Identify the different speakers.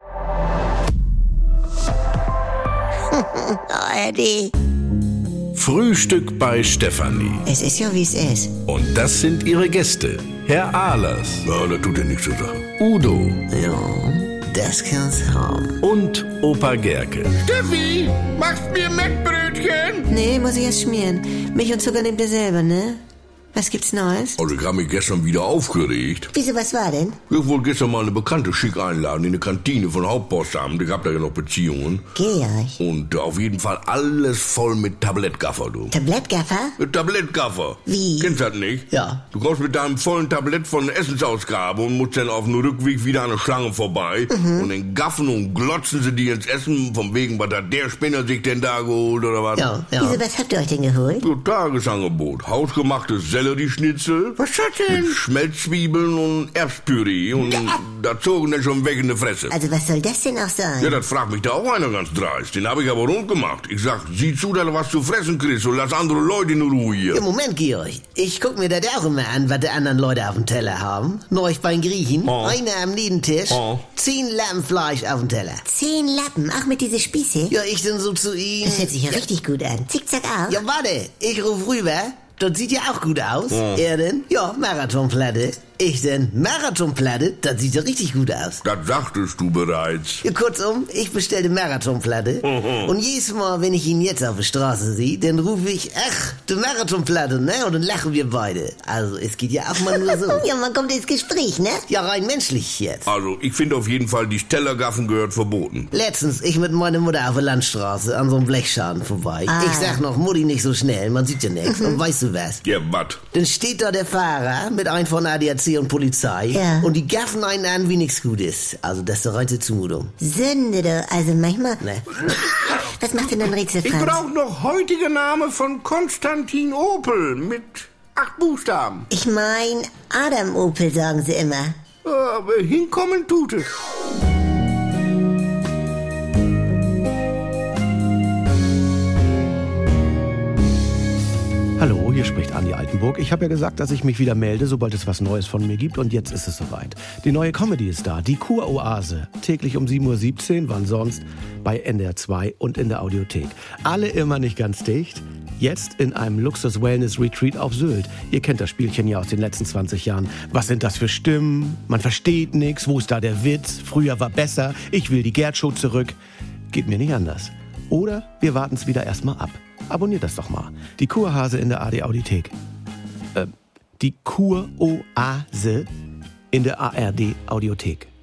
Speaker 1: Oh, ARD.
Speaker 2: Frühstück bei Stefanie.
Speaker 1: Es ist ja, wie es ist.
Speaker 2: Und das sind ihre Gäste. Herr Ahlers.
Speaker 3: Ja, das tut ja nichts zur Sache.
Speaker 2: Udo
Speaker 1: Ja, das kann's haben.
Speaker 2: und Opa Gerke.
Speaker 4: Steffi, machst mir Mettbrötchen?
Speaker 1: Nee, muss ich erst schmieren. Milch und Zucker nehmt ihr selber, ne? Was gibt's Neues?
Speaker 3: Also ich habe mich gestern wieder aufgeregt.
Speaker 1: Wieso, was war denn?
Speaker 3: Ich wollte gestern mal eine Bekannte schick einladen in eine Kantine von Hauptpostamt. Ich habe da ja noch Beziehungen.
Speaker 1: Georg.
Speaker 3: Und äh, auf jeden Fall alles voll mit Tablettgaffer, du.
Speaker 1: Tablettgaffer?
Speaker 3: Tablettgaffer.
Speaker 1: Wie?
Speaker 3: Kennst du das nicht?
Speaker 1: Ja.
Speaker 3: Du kommst mit deinem vollen Tablett von der Essensausgabe und musst dann auf dem Rückweg wieder an der Schlange vorbei.
Speaker 4: Mhm.
Speaker 3: Und dann gaffen und glotzen sie dir ins Essen, von wegen, was hat der Spinner sich denn da geholt oder was?
Speaker 1: Wieso, was habt ihr euch denn geholt?
Speaker 3: So Tagesangebot. Hausgemachtes Sellerieschnitzel.
Speaker 4: Was hat denn?
Speaker 3: Mit Schmelzwiebeln und Erbspüree. Und da zogen dann schon weg in die Fresse.
Speaker 1: Also, was soll das denn auch
Speaker 3: Ja,
Speaker 1: sein?
Speaker 3: das fragt mich da auch einer ganz dreist. Den habe ich aber rund gemacht. Ich sag, sieh zu, dass du was zu fressen kriegst und lass andere Leute in Ruhe hier.
Speaker 5: Ja, Moment, Georg. Ich guck mir das auch immer an, was die anderen Leute auf dem Teller haben. Neulich bei den Griechen.
Speaker 3: Oh.
Speaker 5: Einer am Nebentisch.
Speaker 3: Oh.
Speaker 5: Zehn Lappen Fleisch auf dem Teller.
Speaker 1: Zehn Lappen, auch mit diese Spieße?
Speaker 5: Ja, ich dann so zu ihm.
Speaker 1: Das hört sich ja richtig gut an. Zickzack auch?
Speaker 5: Ja, warte. Ich ruf rüber. Das sieht ja auch gut aus. Er denn? Ja, Marathonplatte. Ich denn? Marathonplatte? Das sieht ja richtig gut aus.
Speaker 3: Das sagtest du bereits.
Speaker 5: Ja, Kurzum, ich bestellte Marathonplatte.
Speaker 3: Mhm.
Speaker 5: Und jedes Mal, wenn ich ihn jetzt auf der Straße sehe, dann rufe ich, ach, du Marathonplatte, ne? Und dann lachen wir beide. Also, es geht ja auch mal nur so.
Speaker 1: Ja, man kommt ins Gespräch, ne?
Speaker 5: Ja, rein menschlich jetzt.
Speaker 3: Also, ich finde auf jeden Fall, die Tellergaffen gehört verboten.
Speaker 5: Letztens, ich mit meiner Mutter auf der Landstraße an so einem Blechschaden vorbei.
Speaker 1: Ah.
Speaker 5: Ich sag noch, Mutti, nicht so schnell, man sieht ja nichts. Und weißt du was?
Speaker 3: Ja, wat?
Speaker 5: Dann steht da der Fahrer mit einem von ADAC und Polizei
Speaker 1: Ja.
Speaker 5: und die gaffen einen an, wie nichts gut ist. Also das ist doch reine Zumutung.
Speaker 1: Sünde, du. Also, manchmal...
Speaker 5: Ne?
Speaker 1: Was macht denn dein Rätsel,
Speaker 4: Ich
Speaker 1: Franz?
Speaker 4: brauche noch heutige Name von Konstantin Opel mit acht Buchstaben.
Speaker 1: Ich mein, Adam Opel, sagen sie immer.
Speaker 4: Äh, Aber hinkommen tut es.
Speaker 6: Hallo, hier spricht Andi Altenburg. Ich habe ja gesagt, dass ich mich wieder melde, sobald es was Neues von mir gibt. Und jetzt ist es soweit. Die neue Comedy ist da, die Kuroase. Täglich um 7.17 Uhr, wann sonst? Bei NDR 2 und in der Audiothek. Alle immer nicht ganz dicht. Jetzt in einem Luxus-Wellness-Retreat auf Sylt. Ihr kennt das Spielchen ja aus den letzten 20 Jahren. Was sind das für Stimmen? Man versteht nichts. Wo ist da der Witz? Früher war besser. Ich will die Gerd-Show zurück. Geht mir nicht anders. Oder wir warten es wieder erstmal ab. Abonniert das doch mal. Die Kurhase in der AD Audiothek. Ähm, Äh, die Kuroase in der ARD Audiothek.